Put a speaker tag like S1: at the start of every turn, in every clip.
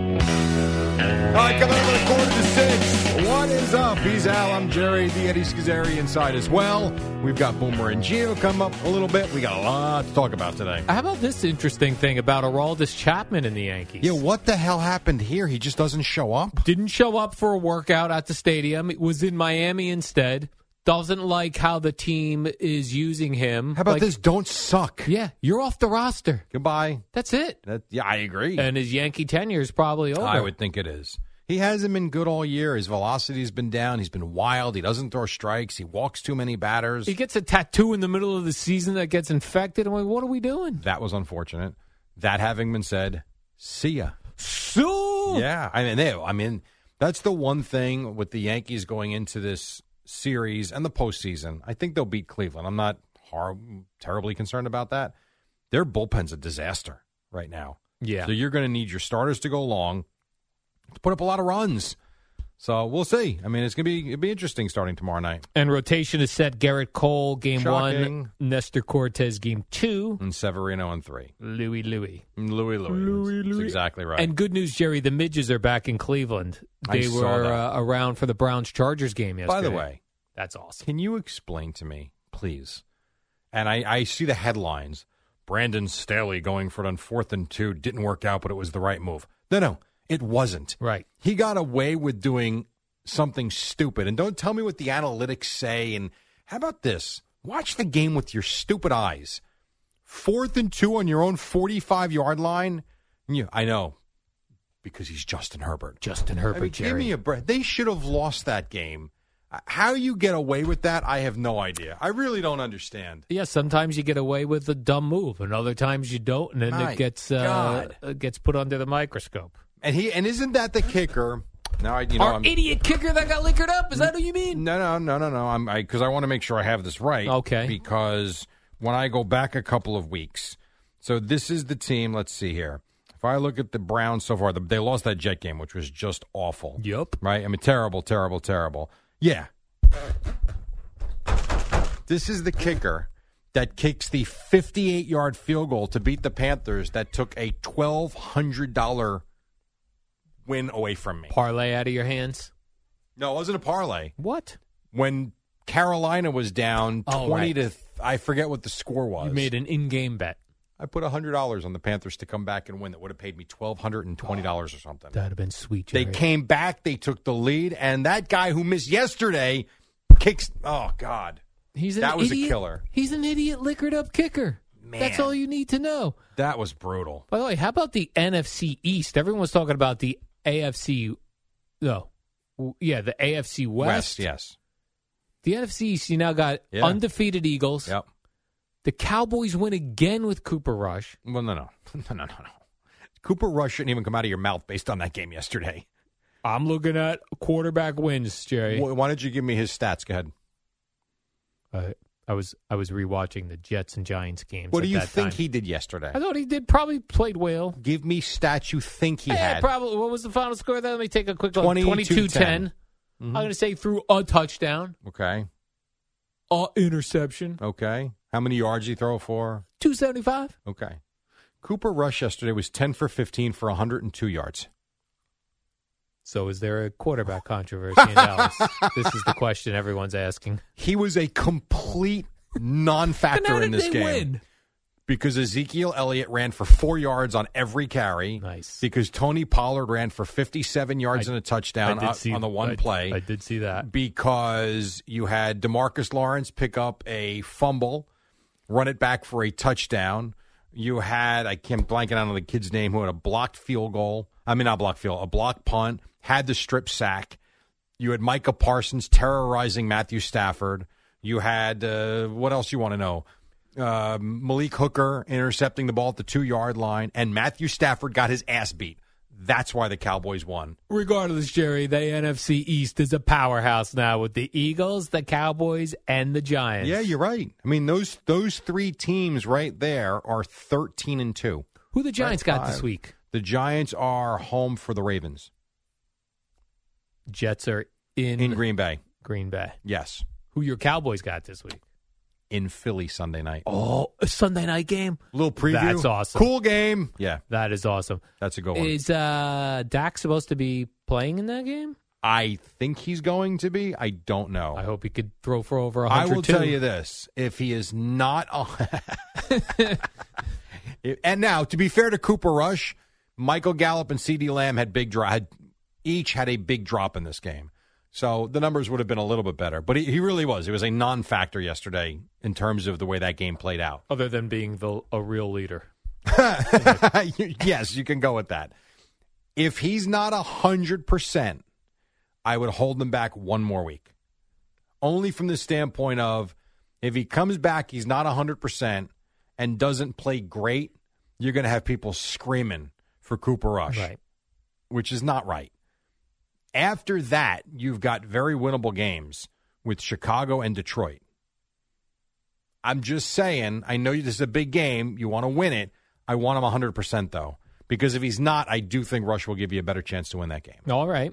S1: All right, coming up at a quarter to six. What is up? He's Al. I'm Jerry. The Eddie Schizzeri inside as well. We've got Boomer and Geo come up a little bit. We got a lot to talk about today.
S2: How about this interesting thing about Araldis Chapman and the Yankees?
S3: Yeah, what the hell happened here? He just doesn't show up.
S2: Didn't show up for a workout at the stadium. It was in Miami instead. Doesn't like how the team is using him.
S3: How about
S2: Like,
S3: this? Don't suck.
S2: Yeah, you're off the roster.
S3: Goodbye.
S2: That's it.
S3: That, yeah, I agree.
S2: And his Yankee tenure is probably over.
S3: I would think it is. He hasn't been good all year. His velocity's been down. He's been wild. He doesn't throw strikes. He walks too many batters.
S2: He gets a tattoo in the middle of the season that gets infected. I'm like, what are we doing?
S3: that was unfortunate. That having been said, see ya.
S2: So
S3: Yeah, I mean, they, I mean, that's the one thing with the Yankees going into this series and the postseason. I think they'll beat Cleveland. I'm not hor- terribly concerned about that. Their bullpen's a disaster right now.
S2: Yeah.
S3: So you're going to need your starters to go long to put up a lot of runs. So we'll see. I mean, it's going to be it'll be interesting starting tomorrow night
S2: And rotation is set. Garrett Cole, game
S3: Shocking.
S2: one. Nestor Cortez, game two.
S3: and Severino and three.
S2: Louis Louis.
S3: And Louis Louis.
S2: Louis,
S3: That's
S2: Louis.
S3: exactly right.
S2: And good news, Jerry, the midges are back in Cleveland.
S3: I
S2: They
S3: saw
S2: were
S3: that.
S2: uh, around for the Browns Chargers game yesterday.
S3: By the way,
S2: that's awesome.
S3: Can you explain to me, please? And I, I see the headlines. Brandon Staley going for it on fourth and two didn't work out, but it was the right move. No, no, it wasn't.
S2: Right.
S3: He got away with doing something stupid. And don't tell me what the analytics say. And how about this? Watch the game with your stupid eyes. Fourth and two on your own 45 yard line. Yeah, I know, because he's Justin Herbert.
S2: Justin
S3: I
S2: Herbert,
S3: mean,
S2: Jerry.
S3: give me a break. They should have lost that game. Uh, How you get away with that, I have no idea. I really don't understand.
S2: yeah, sometimes you get away with a dumb move, and other times you don't, and then
S3: My
S2: it gets
S3: God.
S2: uh, gets put under the microscope.
S3: And he and isn't that the kicker? No, I you know
S2: Our
S3: I'm,
S2: idiot kicker that got liquored up. Is that who you mean?
S3: no no no no no. I'm because I, want to make sure I have this right.
S2: Okay.
S3: Because when I go back a couple of weeks, so this is the team. Let's see here. If I look at the Browns so far, the, they lost that Jet game, which was just awful.
S2: Yep.
S3: Right? I mean, terrible, terrible, terrible. Yeah. This is the kicker that kicks the 58 yard field goal to beat the Panthers that took a $1,200 win away from me.
S2: Parlay out of your hands.
S3: No, it wasn't a parlay.
S2: What?
S3: When Carolina was down 20
S2: Oh, right.
S3: to, th- I forget what the score was.
S2: You made an in-game bet.
S3: I put $100 on the Panthers to come back and win. That would have paid me $1,220 or something.
S2: That'd have been sweet.
S3: They
S2: Jerry.
S3: came back. They took the lead, and that guy who missed yesterday kicks. Oh God,
S2: He's an
S3: that was a
S2: idiot-
S3: killer.
S2: He's an idiot liquored up kicker. That's
S3: Man.
S2: all you need to know.
S3: that was brutal.
S2: By the way, how about the NFC East? Everyone was talking about the AFC. No, W- yeah, the AFC West.
S3: yes,
S2: The NFC East. You now got
S3: Yeah.
S2: undefeated Eagles.
S3: yep.
S2: The Cowboys win again with Cooper Rush.
S3: Well, no, no, no, no, no, no. Cooper Rush shouldn't even come out of your mouth based on that game yesterday.
S2: I'm looking at quarterback wins, Jerry.
S3: Wh- Why don't you give me his stats? Go ahead.
S2: Uh, I was I was rewatching the Jets and Giants games.
S3: What
S2: at
S3: do you
S2: that
S3: think
S2: time.
S3: he did yesterday?
S2: I thought he did probably played well.
S3: Give me stats you think he
S2: Eh,
S3: had.
S2: probably. What was the final score? of That let me take a quick look.
S3: 22-10.
S2: 22-10.
S3: Mm-hmm.
S2: I'm going to say through a touchdown,
S3: okay,
S2: a interception,
S3: okay. How many yards he throw for?
S2: 275.
S3: Okay. Cooper Rush yesterday was ten for fifteen for hundred and two yards.
S2: So is there a quarterback controversy in Dallas? this is the question everyone's asking.
S3: He was a complete non-factor in this game because Ezekiel Elliott ran for four yards on every carry.
S2: Nice.
S3: Because Tony Pollard ran for 57 yards
S2: I-
S3: and a touchdown
S2: I did
S3: on,
S2: see-
S3: on the one
S2: I-
S3: play.
S2: I did see that.
S3: Because you had Demarcus Lawrence pick up a fumble, run it back for a touchdown. You had I can't blanking out on the kid's name who had a blocked field goal. I mean not blocked field, a blocked punt, had the strip sack. You had Micah Parsons terrorizing Matthew Stafford. You had uh, what else you want to know? Uh, Malik Hooker intercepting the ball at the two yard line, and Matthew Stafford got his ass beat. That's why the Cowboys won.
S2: Regardless, Jerry, the NFC East is a powerhouse now with the Eagles, the Cowboys, and the Giants.
S3: Yeah, you're right. I mean those those three teams right there are thirteen and two.
S2: Who the Giants got this
S3: five.
S2: week?
S3: The Giants are home for the Ravens
S2: Jets are in,
S3: in Green Bay.
S2: Green Bay.
S3: Yes,
S2: Who your Cowboys got this week?
S3: in Philly Sunday night.
S2: Oh, a Sunday night game.
S3: little preview.
S2: That's awesome.
S3: Cool game. Yeah,
S2: That is awesome.
S3: that's a good one.
S2: Is uh, Dak supposed to be playing in that game?
S3: I think he's going to be. I don't know.
S2: I hope he could throw for over
S3: I
S2: 100.
S3: will tell you this: if he is not on, and now to be fair to Cooper Rush, Michael Gallup and C.D. Lamb had big drop. Had, each had a big drop in this game, so the numbers would have been a little bit better. But he, he really was. It was a non-factor yesterday in terms of the way that game played out.
S2: Other than being the, a real leader.
S3: You- yes, you can go with that. If he's not hundred percent, I would hold him back one more week, only from the standpoint of if he comes back, he's not hundred percent and doesn't play great, you're going to have people screaming for Cooper Rush,
S2: Right.
S3: which is not right. After that, you've got very winnable games with Chicago and Detroit. I'm just saying, I know this is a big game. You want to win it. I want him 100%, though, because if he's not, I do think Rush will give you a better chance to win that game.
S2: All right.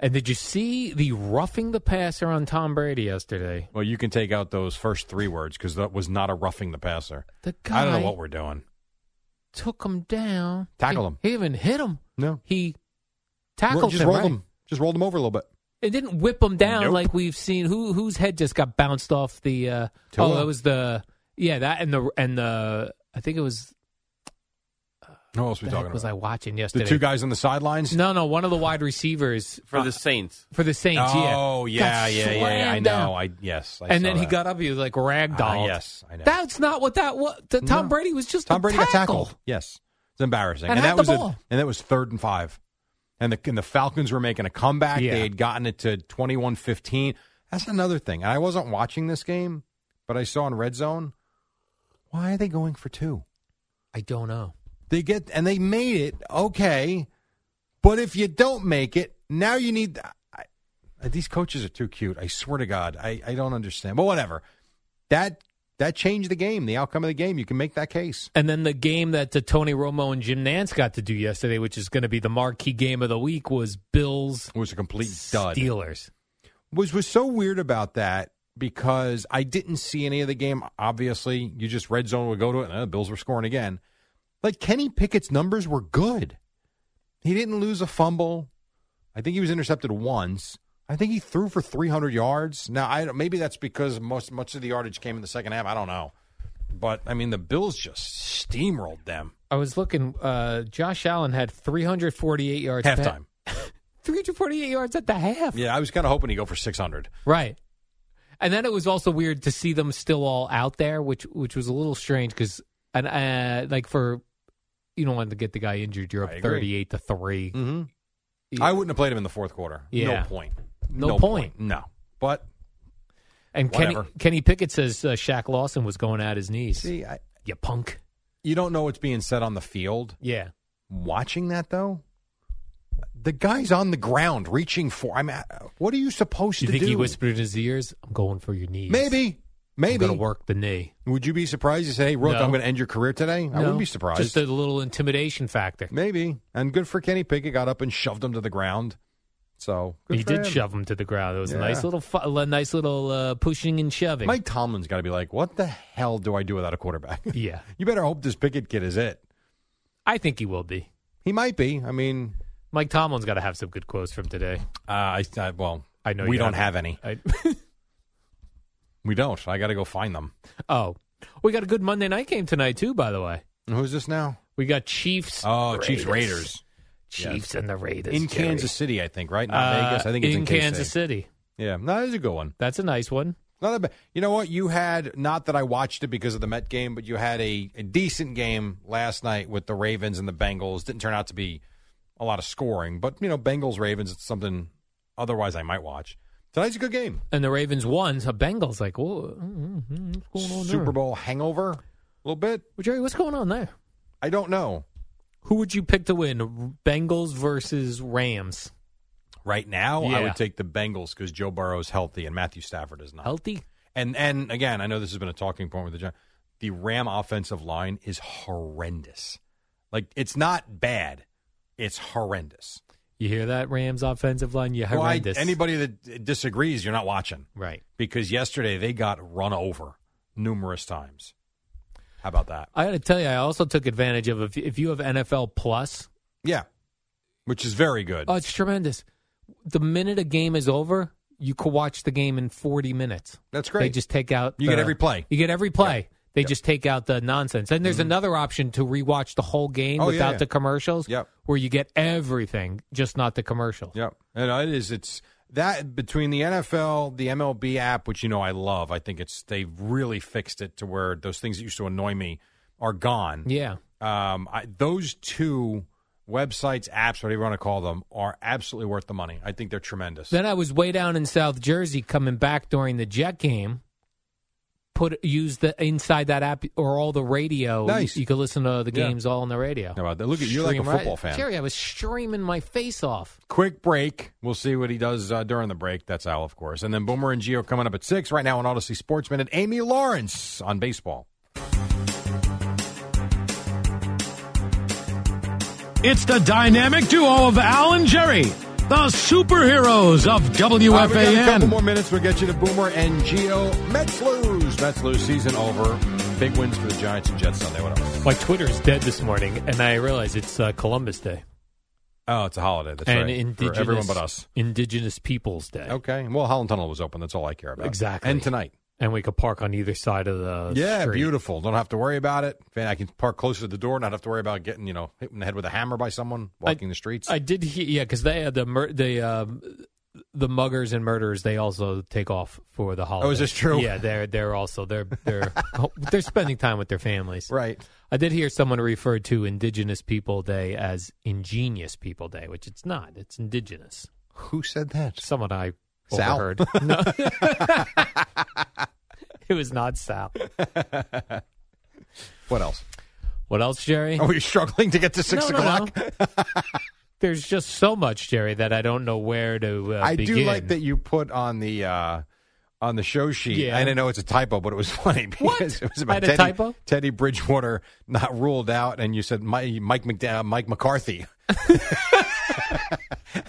S2: And did you see the roughing the passer on Tom Brady yesterday?
S3: Well, you can take out those first three words because that was not a roughing the passer.
S2: The guy
S3: I don't know what we're doing.
S2: took him down.
S3: Tackle
S2: He-
S3: him.
S2: He, even hit him.
S3: No.
S2: He tackled
S3: just
S2: him.
S3: rolled
S2: right?
S3: him. Just rolled him over a little bit.
S2: It didn't whip him down
S3: Nope.
S2: like we've seen. Who whose head just got bounced off the? Uh,
S3: Tua.
S2: oh, it was the yeah that and the and the I think it was.
S3: Who else are we
S2: What
S3: talking
S2: was
S3: about?
S2: I watching
S3: the
S2: yesterday?
S3: two guys on the sidelines?
S2: No, no, one of the wide receivers
S4: for the Saints.
S2: for the Saints. yeah.
S3: Oh, yeah,
S2: Got
S3: yeah, yeah, yeah. I
S2: slammed down.
S3: know. I Yes. I
S2: and
S3: saw
S2: then he
S3: that.
S2: got up. He was like ragdoll.
S3: Ah, yes, I know.
S2: That's not what that was. The, Tom
S3: No.
S2: Brady was just
S3: Tom
S2: a
S3: Brady got
S2: tackle.
S3: tackled. Yes, it's embarrassing,
S2: And
S3: and,
S2: had
S3: that was
S2: the
S3: a-
S2: ball.
S3: and that was third and five, and the and the Falcons were making a comeback.
S2: Yeah.
S3: They had gotten it to 21-15. That's another thing. And I wasn't watching this game, but I saw in Red Zone. Why are they going for two?
S2: I don't know.
S3: They get and they made it okay, but if you don't make it, now you need. I, I- these coaches are too cute. I swear to God, I, I don't understand. But whatever, that that changed the game, the outcome of the game. You can make that case.
S2: And then the game that the Tony Romo and Jim Nance got to do yesterday, which is going to be the marquee game of the week, was Bills
S3: It was a complete dud.
S2: Steelers.
S3: was was so weird about that because I didn't see any of the game. Obviously, you just red zone would go to it, and uh, the Bills were scoring again. Like Kenny Pickett's numbers were good. He didn't lose a fumble. I think he was intercepted once. I think he threw for 300 yards. Now, I don't- maybe that's because most much of the yardage came in the second half. I don't know, but I mean the Bills just steamrolled them
S2: I was looking. Uh, Josh Allen had 348 yards. pa-
S3: halftime.
S2: 348 yards at the half.
S3: Yeah, I was kind of hoping he'd go for 600.
S2: Right. And then it was also weird to see them still all out there, which which was a little strange because and uh, like for you don't want to get the guy injured. You're
S3: I
S2: up
S3: agree.
S2: 38 to three.
S3: Mm-hmm. I wouldn't have played him in the fourth quarter. No
S2: Yeah.
S3: point.
S2: No point.
S3: No. But
S2: And Kenny,
S3: Whatever.
S2: Kenny Pickett says uh, Shaq Lawson was going at his knees.
S3: see, I,
S2: You punk.
S3: you don't know what's being said on the field.
S2: Yeah.
S3: Watching that though, the guy's on the ground reaching for. I'm. What are you supposed
S2: Do you
S3: to
S2: think
S3: do?
S2: he whispered in his ears, "I'm going for your knees"?
S3: Maybe. Maybe.
S2: going to work the knee.
S3: Would you be surprised? You say, hey, Rook,
S2: No.
S3: I'm going to end your career today? I
S2: No,
S3: wouldn't be surprised.
S2: Just a little intimidation factor.
S3: Maybe. And good for Kenny Pickett. Got up and shoved him to the ground. So good
S2: he
S3: for
S2: did
S3: him.
S2: shove him to the ground. It was a
S3: Yeah.
S2: nice little, fu- a nice little uh, pushing and shoving.
S3: Mike Tomlin's got to be like, what the hell do I do without a quarterback?
S2: Yeah,
S3: you better hope this Pickett kid is it.
S2: I think he will be.
S3: He might be. I mean,
S2: Mike Tomlin's got to have some good quotes from today.
S3: uh, I, I well,
S2: I know
S3: we
S2: you
S3: don't have
S2: haven't.
S3: any.
S2: I,
S3: We don't. I got to go find them.
S2: oh, we got a good Monday night game tonight too. By the way,
S3: And Who's this now?
S2: we got Chiefs.
S3: Oh, Chiefs Raiders
S2: Chiefs and the Raiders
S3: in
S2: Jerry.
S3: Kansas City, I think. Right? Not
S2: Uh,
S3: Vegas. I think it's in,
S2: Kansas
S3: City.
S2: City.
S3: Yeah, no, that's a good one.
S2: That's a nice one.
S3: Not a bad. You know what? You had not that I watched it because of the Met game, but you had a, a decent game last night with the Ravens and the Bengals. Didn't turn out to be a lot of scoring, but you know, Bengals Ravens. It's something otherwise I might watch. Tonight's a good game.
S2: And the Ravens won. So Bengals like, whoa, mm, mm, what's going on
S3: Super
S2: there?
S3: Bowl hangover, a little bit.
S2: Well, Jerry, what's going on there?
S3: I don't know
S2: Who would you pick to win? Bengals versus Rams.
S3: right now. I
S2: Yeah.
S3: would take the Bengals because Joe Burrow's healthy and Matthew Stafford is not.
S2: Healthy.
S3: And and again, I know this has been a talking point with the Giants. The Ram offensive line is horrendous. Like it's not bad, it's horrendous.
S2: You hear that Rams offensive line? You
S3: Well, I-
S2: horrendous.
S3: anybody that disagrees, you're not watching
S2: right.
S3: because yesterday they got run over numerous times. How about that?
S2: I got to tell you, I also took advantage of if, if you have NFL Plus.
S3: Yeah, which is very good.
S2: Oh, it's tremendous. The minute a game is over, you could watch the game in 40 minutes.
S3: That's
S2: They
S3: great.
S2: just take out.
S3: You get
S2: the-
S3: every play. Mm-hmm.
S2: You get every play. They just take out the nonsense. And there's another option to rewatch the whole game
S3: Oh, yeah,
S2: without
S3: yeah.
S2: the commercials,
S3: Yep.
S2: where you get everything, just not the commercials.
S3: Yeah, and uh, it is. It's that between the NFL, the MLB app, which you know I love. I think it's they've really fixed it to where those things that used to annoy me are gone.
S2: Yeah.
S3: Um, I, those two websites, apps, whatever you want to call them, are absolutely worth the money. I think they're tremendous.
S2: Then I was way down in South Jersey coming back during the Jet game. Put use the inside that app or all the radio.
S3: Nice.
S2: You, could listen to the
S3: Yeah.
S2: games all on the radio.
S3: How about that? Look at you like a
S2: Stream right-
S3: football fan.
S2: Jerry. I was streaming my face off.
S3: Quick break. We'll see what he does uh, during the break. That's Al, of course. And then Boomer and Geo coming up at six. Right now on Odyssey Sports Minute, Amy Lawrence on baseball.
S4: It's the dynamic duo of Al and Jerry, the superheroes of
S3: All right, we got a couple
S4: WFAN.
S3: more minutes. We'll get you to Boomer and Geo. Mets lose. Mets lose. Season over. Big wins for the Giants and Jets Sunday. Whatever.
S2: My Twitter is dead this morning, and I realize it's uh, Columbus Day
S3: Oh, it's a holiday. That's
S2: and
S3: right.
S2: Indigenous
S3: for everyone but us.
S2: Indigenous Peoples Day.
S3: Okay. Well, Holland Tunnel was open. That's all I care about.
S2: Exactly.
S3: And tonight.
S2: And we could park on either side of the
S3: yeah,
S2: street.
S3: beautiful. Don't have to worry about it. Man, I can park closer to the door. Not have to worry about getting you know hit in the head with a hammer by someone walking the streets.
S2: I did hear, yeah, because they had the mur- the um, the muggers and murderers. They also take off for the holidays.
S3: Oh, this true?
S2: Yeah, they're they're also they're they're they're spending time with their families.
S3: right.
S2: I did hear someone refer to Indigenous People Day as Ingenious People Day, which it's not. It's Indigenous.
S3: Who said that?
S2: Someone I
S3: Sal?
S2: overheard. No. it was not Sal.
S3: What else?
S2: What else, Jerry?
S3: Are we struggling to get to Oh, six
S2: No, no, no.
S3: o'clock?
S2: There's just so much, Jerry, that I don't know where to. Uh,
S3: I
S2: begin.
S3: do like that you put on the uh, on the show sheet.
S2: Yeah.
S3: I didn't know it's a typo, but it was funny because it
S2: What?
S3: was
S2: I
S3: about
S2: had a
S3: Teddy,
S2: typo?
S3: Teddy Bridgewater not ruled out, and you said Mi- Mike McDow- Mike McCarthy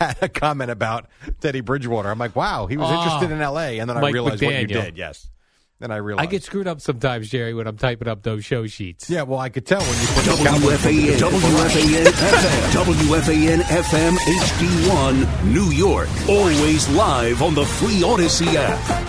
S3: had a comment about Teddy Bridgewater. I'm like, wow, he was
S2: Ah,
S3: interested in L.A., and then I
S2: Mike
S3: realized what you
S2: McDaniel.
S3: did. Yes, then I
S2: I
S3: realized.
S2: get screwed up sometimes, Jerry, when I'm typing up those show sheets.
S3: yeah, well, I could tell when you put the
S5: WFAN, WFAN FM, WFAN FM HD1, New York. Always live on the Free Odyssey app.